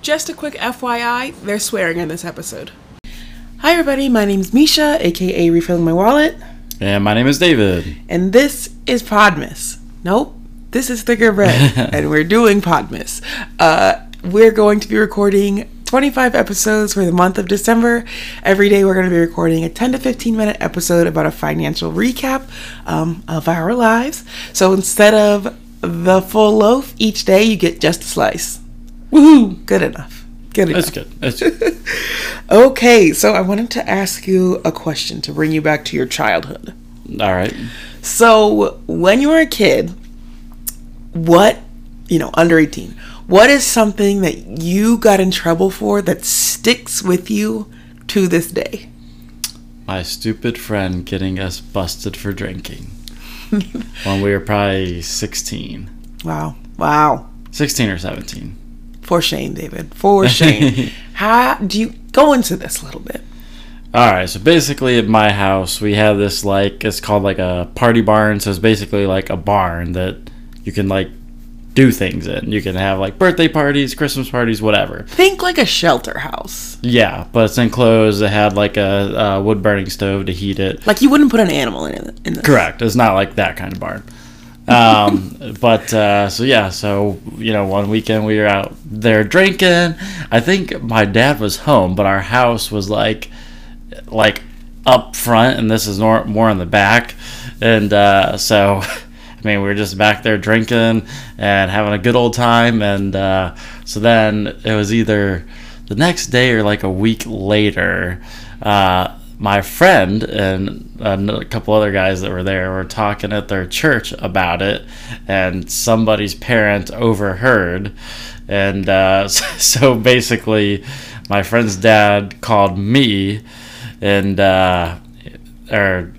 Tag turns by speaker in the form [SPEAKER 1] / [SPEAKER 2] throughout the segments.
[SPEAKER 1] Just a quick FYI, they're swearing in this episode. Hi, everybody. My name's Misha, aka Refilling My Wallet,
[SPEAKER 2] And my name is David.
[SPEAKER 1] and this is Podmas. Nope, this is Thicker Bread, and we're doing Podmas. Uh, we're going to be recording 25 episodes for the month of December. Every day, we're going to be recording a 10 to 15 minute episode about a financial recap um, of our lives. So instead of the full loaf each day, you get just a slice. Woohoo! Good enough. Good enough.
[SPEAKER 2] That's good. That's good.
[SPEAKER 1] Okay, so I wanted to ask you a question to bring you back to your childhood.
[SPEAKER 2] All right.
[SPEAKER 1] So, when you were a kid, what, you know, under 18, what is something that you got in trouble for that sticks with you to this day?
[SPEAKER 2] My stupid friend getting us busted for drinking when we were probably 16,
[SPEAKER 1] Wow. Wow.
[SPEAKER 2] 16 or 17.
[SPEAKER 1] For shame, David. For shame. How do you go into this a little bit?
[SPEAKER 2] All right, so basically at my house, we have this like it's called like a party barn, so it's basically like a barn that you can like do things in. You can have like birthday parties, Christmas parties, whatever.
[SPEAKER 1] Think like a shelter house.
[SPEAKER 2] Yeah, but it's enclosed. It had like a, a wood burning stove to heat it.
[SPEAKER 1] Like you wouldn't put an animal in it. In this.
[SPEAKER 2] Correct. It's not like that kind of barn. Um, but uh, so yeah, so you know, one weekend we were out there drinking. I think my dad was home, but our house was like, like up front, and this is nor- more in the back. And uh, so, I mean, we were just back there drinking and having a good old time. And uh, so then it was either the next day or like a week later, uh, my friend and a couple other guys that were there were talking at their church about it, and somebody's parent overheard. And uh, so basically, my friend's dad called me, and uh, or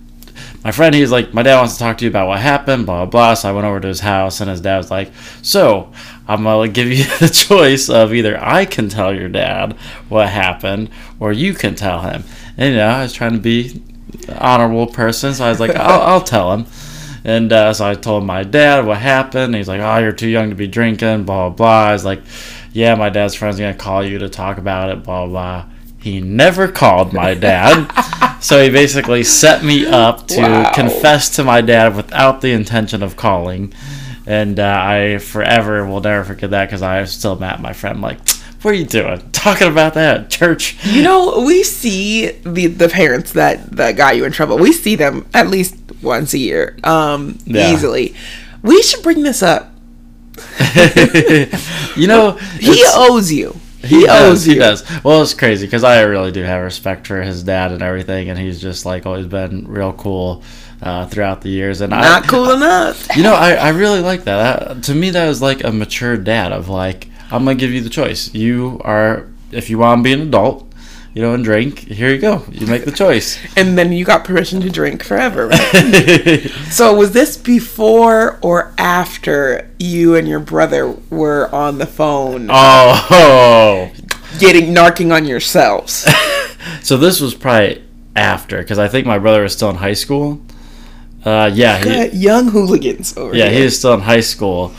[SPEAKER 2] my friend, he was like, my dad wants to talk to you about what happened, blah, blah, blah. So I went over to his house, and his dad was like, so I'm going to give you the choice of either I can tell your dad what happened or you can tell him. And, you know, I was trying to be an honorable person, so I was like, I'll, I'll tell him. And uh, so I told my dad what happened. and He's like, oh, you're too young to be drinking, blah, blah, blah. I was like, yeah, my dad's friend's going to call you to talk about it, blah, blah. He never called my dad. so he basically set me up to
[SPEAKER 1] Wow.
[SPEAKER 2] confess to my dad without the intention of calling. And uh, I forever will never forget that because I was still mad at my friend. Like, what are you doing? Talking about that at church?
[SPEAKER 1] You know, we see the the parents that that got you in trouble. We see them at least once a year, um,
[SPEAKER 2] Yeah.
[SPEAKER 1] easily. We should bring this up.
[SPEAKER 2] you know,
[SPEAKER 1] He
[SPEAKER 2] it's-
[SPEAKER 1] owes you.
[SPEAKER 2] He,
[SPEAKER 1] He, owes
[SPEAKER 2] does.
[SPEAKER 1] you.
[SPEAKER 2] He does. Well, it's crazy because I really do have respect for his dad and everything, and he's just like always been real cool uh, throughout the years. And
[SPEAKER 1] Not
[SPEAKER 2] I,
[SPEAKER 1] cool enough.
[SPEAKER 2] you know, I, I really like that. that. To me, that was like a mature dad of like, I'm gonna give you the choice. You are, if you want to be an adult, you know, and drink. Here you go. You make the choice.
[SPEAKER 1] And then you got permission to drink forever. Right? so was this before or after you and your brother were on the phone
[SPEAKER 2] Uh, oh.
[SPEAKER 1] getting narking on yourselves?
[SPEAKER 2] So this was probably after because I think my brother was still in high school. Uh, yeah, he,
[SPEAKER 1] Young hooligans over
[SPEAKER 2] yeah,
[SPEAKER 1] here.
[SPEAKER 2] he was still in high school.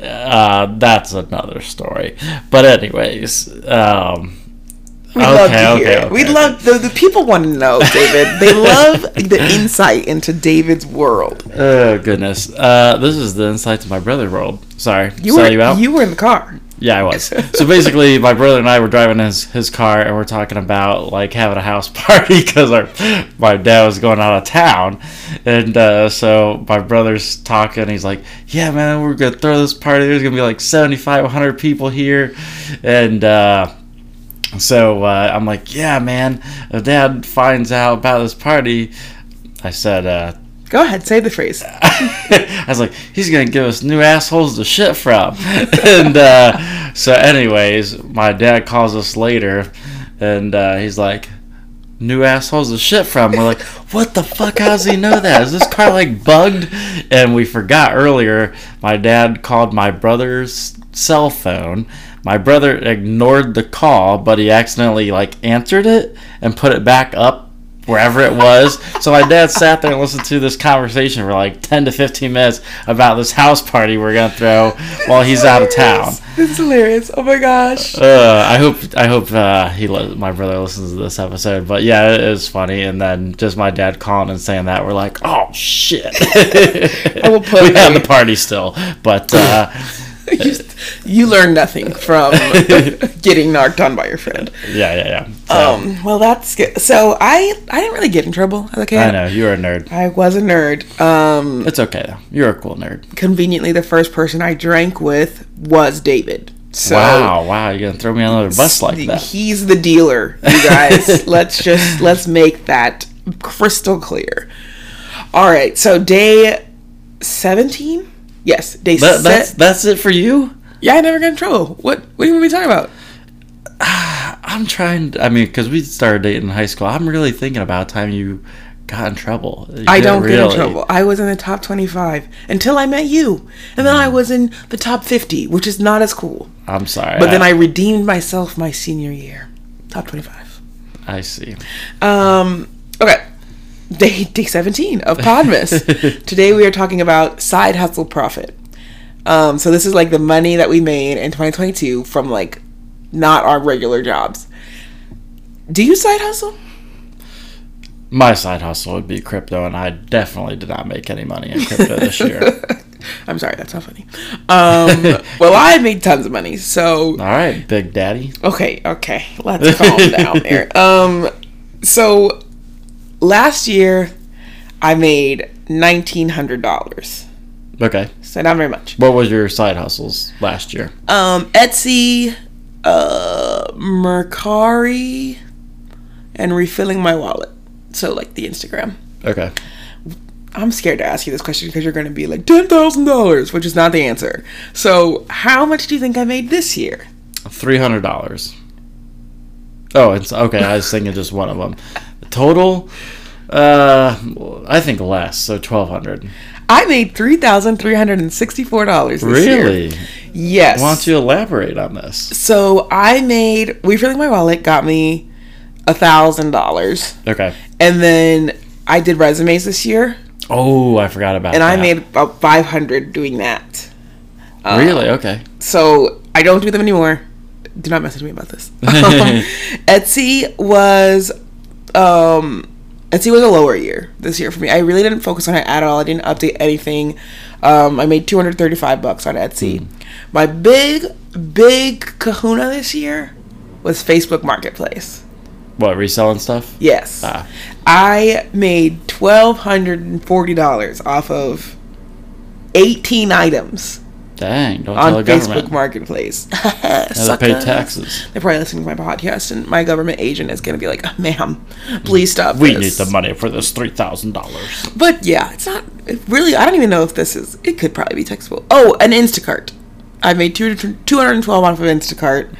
[SPEAKER 2] Uh, that's another story. But anyways, um,
[SPEAKER 1] We'd love to hear it. We'd love the, the people want to know, David. they love the insight into David's world.
[SPEAKER 2] Oh goodness, uh, this is the insight to my brother world. Sorry,
[SPEAKER 1] You
[SPEAKER 2] sell
[SPEAKER 1] were
[SPEAKER 2] you out.
[SPEAKER 1] were in the car.
[SPEAKER 2] Yeah, I was. So basically, my brother and I were driving his, his car, and we're talking about like having a house party because our my dad was going out of town, and uh, so my brother's talking. He's like, "Yeah, man, we're gonna throw this party. There's gonna be like 75, 100 people here," and. Uh, so uh, I'm like, yeah, man. If Dad finds out about this party, I said, uh,
[SPEAKER 1] Go ahead, say the phrase.
[SPEAKER 2] I was like, he's gonna give us new assholes to shit from. and uh, so, anyways, my dad calls us later, and uh, he's like, new assholes to shit from. We're like, what the fuck? How does he know that? Is this car like bugged? And we forgot earlier. My dad called my brother's cell phone. My brother ignored the call, but he accidentally like answered it and put it back up wherever it was. so my dad sat there and listened to this conversation for like 10 to 15 minutes about this house party we're going to throw while he's out of town.
[SPEAKER 1] It's hilarious. Oh my gosh.
[SPEAKER 2] Uh, I hope I hope uh, he li- my brother listens to this episode, but yeah, it is funny. And then just my dad calling and saying that we're like, oh shit. I
[SPEAKER 1] will put
[SPEAKER 2] we have
[SPEAKER 1] a-
[SPEAKER 2] the party still, but uh,
[SPEAKER 1] you, you learn nothing from getting narked on by your friend.
[SPEAKER 2] yeah, yeah, yeah. So,
[SPEAKER 1] Um, well, that's good. So I, I didn't really get in trouble as a kid.
[SPEAKER 2] I know you're a nerd.
[SPEAKER 1] I was a nerd. Um,
[SPEAKER 2] It's okay though. You're a cool nerd.
[SPEAKER 1] conveniently, the first person I drank with was David. So
[SPEAKER 2] Wow, wow, you're gonna throw me on another bus like
[SPEAKER 1] the-
[SPEAKER 2] that.
[SPEAKER 1] He's the dealer, you guys. let's just let's make that crystal clear. All right, so day seventeen. Yes, day
[SPEAKER 2] That,
[SPEAKER 1] seventeen.
[SPEAKER 2] that's that's it for you.
[SPEAKER 1] yeah, I never got in trouble. What what do you want me to talk about?
[SPEAKER 2] I'm trying. I mean, because we started dating in high school. I'm really thinking about the time you got in trouble. You
[SPEAKER 1] I
[SPEAKER 2] didn't
[SPEAKER 1] don't get in
[SPEAKER 2] really-
[SPEAKER 1] trouble. I was in the top twenty five until I met you, and then I
[SPEAKER 2] Mm.
[SPEAKER 1] was in the top fifty, which is not as cool.
[SPEAKER 2] I'm sorry.
[SPEAKER 1] But then I redeemed myself my senior year, top twenty five.
[SPEAKER 2] I see.
[SPEAKER 1] Um, okay. Day, day 17 of Podmas. Today we are talking about side hustle profit. Um, so this is like the money that we made in 2022 from like not our regular jobs. Do you side hustle?
[SPEAKER 2] My side hustle would be crypto, and I definitely did not make any money in crypto this year.
[SPEAKER 1] I'm sorry, that's not funny. Um, well, I made tons of money. So,
[SPEAKER 2] All right, Big Daddy.
[SPEAKER 1] okay, okay. Let's calm down there. Um, so last year I made $1,900.
[SPEAKER 2] Okay,
[SPEAKER 1] So not very much.
[SPEAKER 2] what was your side hustles last year?
[SPEAKER 1] um, Etsy, uh, Mercari, and refilling my wallet. So like the Instagram.
[SPEAKER 2] Okay,
[SPEAKER 1] I'm scared to ask you this question because you're going to be like ten thousand dollars, which is not the answer. So how much do you think I made this year?
[SPEAKER 2] three hundred dollars. Oh, it's okay. I was thinking just one of them. Total, uh, I think less. So twelve hundred.
[SPEAKER 1] I made three thousand three hundred and sixty-four dollars this year.
[SPEAKER 2] Really?
[SPEAKER 1] Yes.
[SPEAKER 2] Why don't you elaborate on this?
[SPEAKER 1] So I made refilling my wallet got me a thousand dollars,
[SPEAKER 2] Okay.
[SPEAKER 1] and then I did resumes this year,
[SPEAKER 2] Oh, I forgot about
[SPEAKER 1] and I
[SPEAKER 2] that.
[SPEAKER 1] made about five hundred doing that. Uh,
[SPEAKER 2] really okay.
[SPEAKER 1] so I don't do them anymore. Do not message me about this. Um, Etsy was, um, Etsy was a lower year this year for me. I really didn't focus on it at all. I didn't update anything. Um, I made 235 bucks on Etsy. My big, big kahuna this year was Facebook Marketplace.
[SPEAKER 2] What reselling stuff?
[SPEAKER 1] Yes.
[SPEAKER 2] Ah,
[SPEAKER 1] I made $1,240 off of 18 items
[SPEAKER 2] dang! Don't
[SPEAKER 1] on
[SPEAKER 2] tell the
[SPEAKER 1] Facebook
[SPEAKER 2] government.
[SPEAKER 1] Marketplace.
[SPEAKER 2] They
[SPEAKER 1] Suckers.
[SPEAKER 2] pay taxes.
[SPEAKER 1] They're probably listening to my podcast, and my government agent is going to be like, "Oh, "Ma'am, please stop."
[SPEAKER 2] We need
[SPEAKER 1] this."
[SPEAKER 2] the money for this three thousand dollars.
[SPEAKER 1] But yeah, it's not it really. I don't even know if this is. It could probably be taxable. Oh, an Instacart. I made two two hundred and twelve off of Instacart,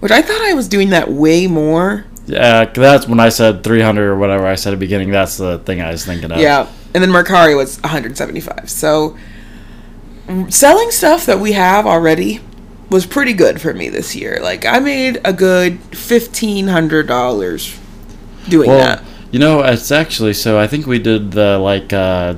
[SPEAKER 1] which I thought I was doing that way more.
[SPEAKER 2] Yeah, 'cause that's when I said three hundred or whatever I said at the beginning. That's the thing I was thinking of.
[SPEAKER 1] Yeah, and then Mercari was one hundred seventy five. So mm, selling stuff that we have already was pretty good for me this year. Like I made a good fifteen hundred dollars doing
[SPEAKER 2] Well,
[SPEAKER 1] that.
[SPEAKER 2] you know, it's actually so. I think we did the like uh,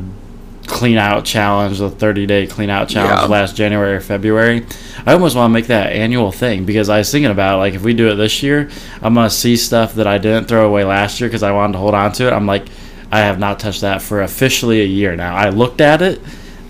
[SPEAKER 2] clean out challenge, the thirty day clean out challenge
[SPEAKER 1] Yeah.
[SPEAKER 2] last January or February. I almost want to make that annual thing because I was thinking about like if we do it this year, I'm gonna see stuff that I didn't throw away last year because I wanted to hold on to it. I'm like, I have not touched that for officially a year now. I looked at it.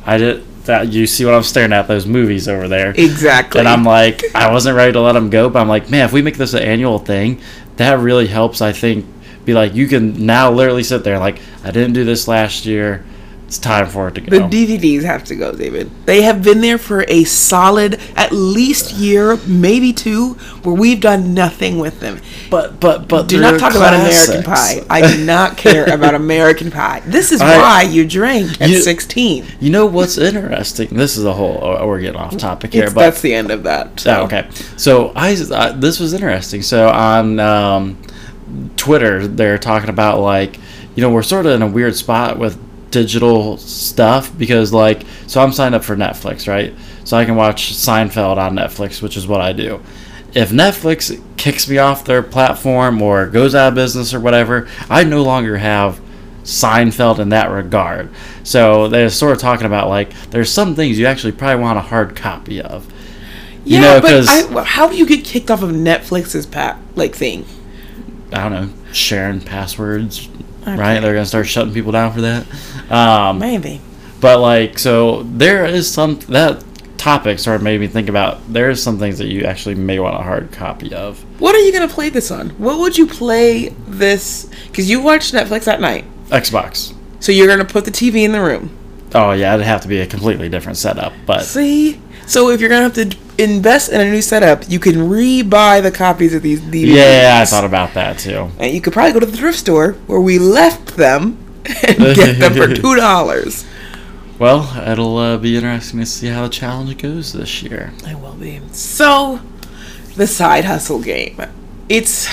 [SPEAKER 2] I did that. You see what I'm staring at? Those movies over there.
[SPEAKER 1] Exactly.
[SPEAKER 2] And I'm like, I wasn't ready to let them go, but I'm like, man, if we make this an annual thing, that really helps. I think be like, you can now literally sit there like, I didn't do this last year. It's time for it to
[SPEAKER 1] the
[SPEAKER 2] go.
[SPEAKER 1] DVDs have to go, David. They have been there for a solid at least year, maybe two, where we've done nothing with them.
[SPEAKER 2] but but but
[SPEAKER 1] Do
[SPEAKER 2] they're
[SPEAKER 1] not talk about
[SPEAKER 2] classics.
[SPEAKER 1] American Pie. I do not care about American Pie. This is
[SPEAKER 2] I-
[SPEAKER 1] why you drank at
[SPEAKER 2] You-
[SPEAKER 1] 16.
[SPEAKER 2] You know what's interesting? This is a whole. oh, We're getting off topic here,
[SPEAKER 1] It's-
[SPEAKER 2] but
[SPEAKER 1] that's the end of that. so.
[SPEAKER 2] Oh, okay. So I, I this was interesting. So on um, Twitter, they're talking about like you know we're sort of in a weird spot with digital stuff because like so I'm signed up for Netflix, right? So I can watch Seinfeld on Netflix, which is what I do. if Netflix kicks me off their platform or goes out of business or whatever, I no longer have Seinfeld in that regard. So they're sort of talking about like there's some things you actually probably want a hard copy of. You
[SPEAKER 1] yeah,
[SPEAKER 2] know,
[SPEAKER 1] but
[SPEAKER 2] 'cause-
[SPEAKER 1] I, how do you get kicked off of Netflix's pat like thing?
[SPEAKER 2] I don't know, sharing passwords,
[SPEAKER 1] Okay.
[SPEAKER 2] right? They're gonna start shutting people down for that. Um,
[SPEAKER 1] Maybe.
[SPEAKER 2] But like, so there is some that topic sort of made me think about. There is some things that you actually may want a hard copy of.
[SPEAKER 1] What are you gonna play this on? What would you play this? Because you watch Netflix at night,
[SPEAKER 2] Xbox.
[SPEAKER 1] so you're gonna put the TV in the room.
[SPEAKER 2] Oh yeah, it'd have to be a completely different setup. But
[SPEAKER 1] See, so if you're gonna have to d- invest in a new setup, you can re-buy the copies of these DVDs.
[SPEAKER 2] yeah, I thought about that too.
[SPEAKER 1] And you could probably go to the thrift store where we left them and get them for two dollars.
[SPEAKER 2] Well, it'll uh, be interesting to see how the challenge goes this year.
[SPEAKER 1] I will be. So, the side hustle game. It's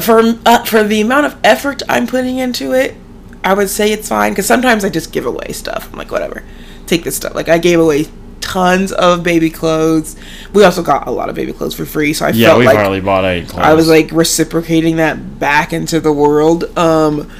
[SPEAKER 1] for uh, for the amount of effort I'm putting into it. I would say it's fine because sometimes I just give away stuff. I'm like, whatever, take this stuff. Like I gave away tons of baby clothes. We also got a lot of baby clothes for free, so I
[SPEAKER 2] Yeah,
[SPEAKER 1] felt
[SPEAKER 2] we've
[SPEAKER 1] like
[SPEAKER 2] hardly bought any clothes.
[SPEAKER 1] I was like reciprocating that back into the world. Um,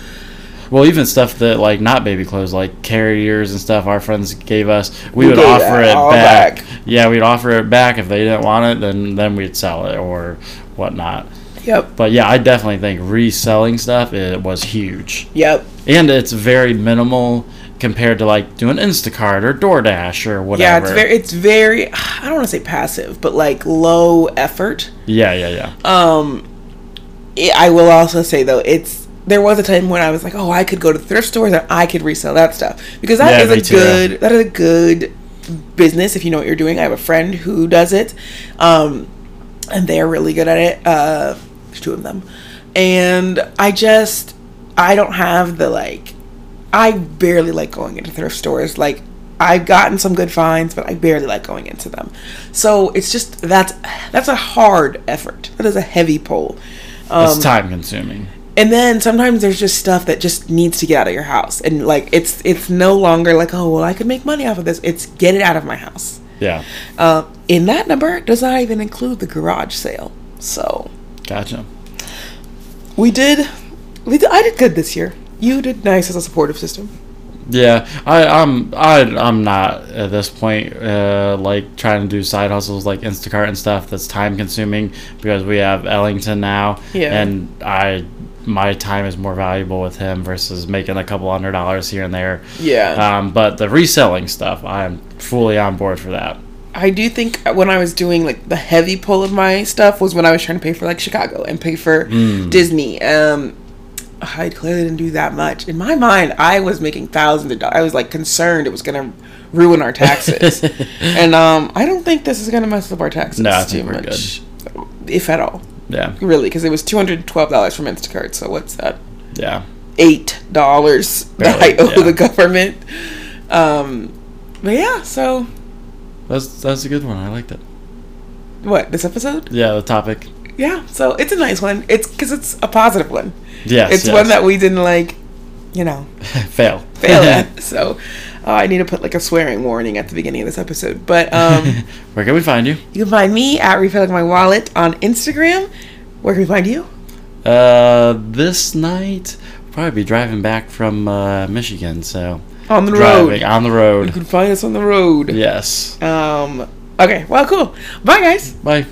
[SPEAKER 2] well, even stuff that like not baby clothes, like carriers and stuff, our friends gave us. We,
[SPEAKER 1] We
[SPEAKER 2] would
[SPEAKER 1] gave
[SPEAKER 2] offer
[SPEAKER 1] that
[SPEAKER 2] it
[SPEAKER 1] all
[SPEAKER 2] back.
[SPEAKER 1] back.
[SPEAKER 2] Yeah, we'd offer it back if they didn't want it. Then then we'd sell it or whatnot.
[SPEAKER 1] yep,
[SPEAKER 2] But yeah, I definitely think reselling stuff it was huge,
[SPEAKER 1] yep,
[SPEAKER 2] and it's very minimal compared to like doing Instacart or DoorDash or
[SPEAKER 1] yeah.
[SPEAKER 2] whatever.
[SPEAKER 1] It's very, it's very. I don't want to say passive, but like low effort.
[SPEAKER 2] yeah, yeah, yeah.
[SPEAKER 1] Um, it, I will also say though, it's there was a time when I was like, oh, I could go to thrift stores and I could resell that stuff because that
[SPEAKER 2] Yeah,
[SPEAKER 1] is
[SPEAKER 2] me
[SPEAKER 1] a
[SPEAKER 2] too, yeah.
[SPEAKER 1] good that is a good business if you know what you're doing. I have a friend who does it, um, and they're really good at it. Uh, there's two of them, and I just I don't have the like I barely like going into thrift stores. Like I've gotten some good finds, but I barely like going into them. So it's just that's that's a hard effort. That is a heavy pull. Um,
[SPEAKER 2] it's time consuming.
[SPEAKER 1] And then sometimes there's just stuff that just needs to get out of your house. And like it's it's no longer like, oh well I could make money off of this. It's get it out of my house.
[SPEAKER 2] Yeah,
[SPEAKER 1] Uh, in that number does not even include the garage sale. So
[SPEAKER 2] gotcha.
[SPEAKER 1] we did we did, I did good this year. You did nice as a supportive system.
[SPEAKER 2] Yeah, I, I'm I, I'm not at this point uh, like trying to do side hustles like Instacart and stuff that's time consuming because we have Ellington now,
[SPEAKER 1] Yeah.
[SPEAKER 2] and I my time is more valuable with him versus making a couple hundred dollars here and there.
[SPEAKER 1] Yeah.
[SPEAKER 2] Um, but the reselling stuff, I'm fully on board for that.
[SPEAKER 1] I do think when I was doing like the heavy pull of my stuff was when I was trying to pay for like Chicago and pay for
[SPEAKER 2] Mm.
[SPEAKER 1] Disney. Um, I clearly didn't do that much. In my mind, I was making thousands of dollars. I was like concerned it was gonna ruin our taxes, and um, I don't think this is gonna mess up our taxes
[SPEAKER 2] No, I
[SPEAKER 1] too
[SPEAKER 2] think we're
[SPEAKER 1] much, if at all,
[SPEAKER 2] Yeah,
[SPEAKER 1] really, because it was two hundred twelve dollars from Instacart. So what's that?
[SPEAKER 2] yeah,
[SPEAKER 1] eight dollars that I
[SPEAKER 2] Barely,
[SPEAKER 1] owe
[SPEAKER 2] yeah.
[SPEAKER 1] the government. Um, but yeah, so
[SPEAKER 2] that's that's a good one. I liked it.
[SPEAKER 1] what this episode?
[SPEAKER 2] Yeah, the topic.
[SPEAKER 1] Yeah, so it's a nice one. It's because it's a positive one.
[SPEAKER 2] Yes,
[SPEAKER 1] it's
[SPEAKER 2] yes.
[SPEAKER 1] one that we didn't like, you know,
[SPEAKER 2] fail.
[SPEAKER 1] fail at. So uh, I need to put like a swearing warning at the beginning of this episode. But um,
[SPEAKER 2] Where can we find you?
[SPEAKER 1] you can find me at refilling my wallet on Instagram. Where can we find you?
[SPEAKER 2] Uh, this night we'll probably be driving back from uh, Michigan, so
[SPEAKER 1] On the road.
[SPEAKER 2] driving on the
[SPEAKER 1] You
[SPEAKER 2] road.
[SPEAKER 1] can find us on the road.
[SPEAKER 2] Yes.
[SPEAKER 1] Um. Okay. Well, cool. Bye, guys.
[SPEAKER 2] Bye.